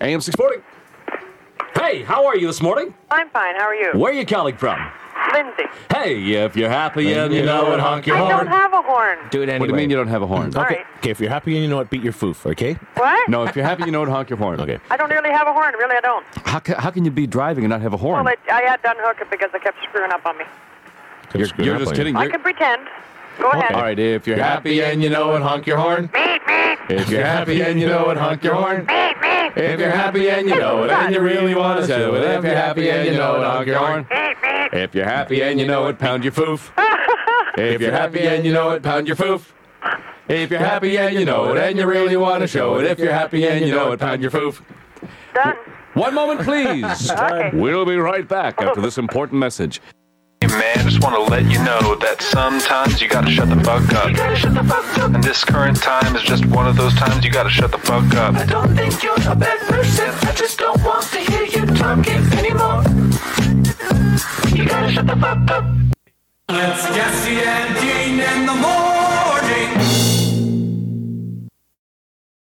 AM 640. Hey, how are you this morning? I'm fine. How are you? Where are you calling from? Lindsay. Hey, if you're happy and you know it, honk your I horn. don't have a horn. Do it anyway. What do you mean you don't have a horn? All Okay. right. okay, if you're happy and you know it, beat your foof, okay? What? No, if you're happy, you know it, honk your horn. Okay. I don't really have a horn. Really, I don't. How, ca- how can you be driving and not have a horn? Well, I, I had to unhook it because I kept screwing up on me. you're Screwing you're up just on you. kidding. I You're, can pretend. Go ahead. all right, if you're happy and you know it, honk your horn. If you're happy and you know it, honk your horn. If you're happy and you know it, and you really want to do it. If you're happy and you know it, honk your horn. If you're happy and you know it, pound your foof. If you're happy and you know it, pound your foof. If you're happy and you know it, and you really want to show it. If you're happy and you know it, pound your foof. Done. One moment, please. Okay. We'll be right back after this important message. Hey man, just want to let you know that sometimes you gotta shut the fuck up. And this current time is just one of those times you gotta shut the fuck up. I don't think you're a bad person. I just don't want to hear you talking anymore. You gotta shut the fuck up. Let's Jesse and Dean in the morning.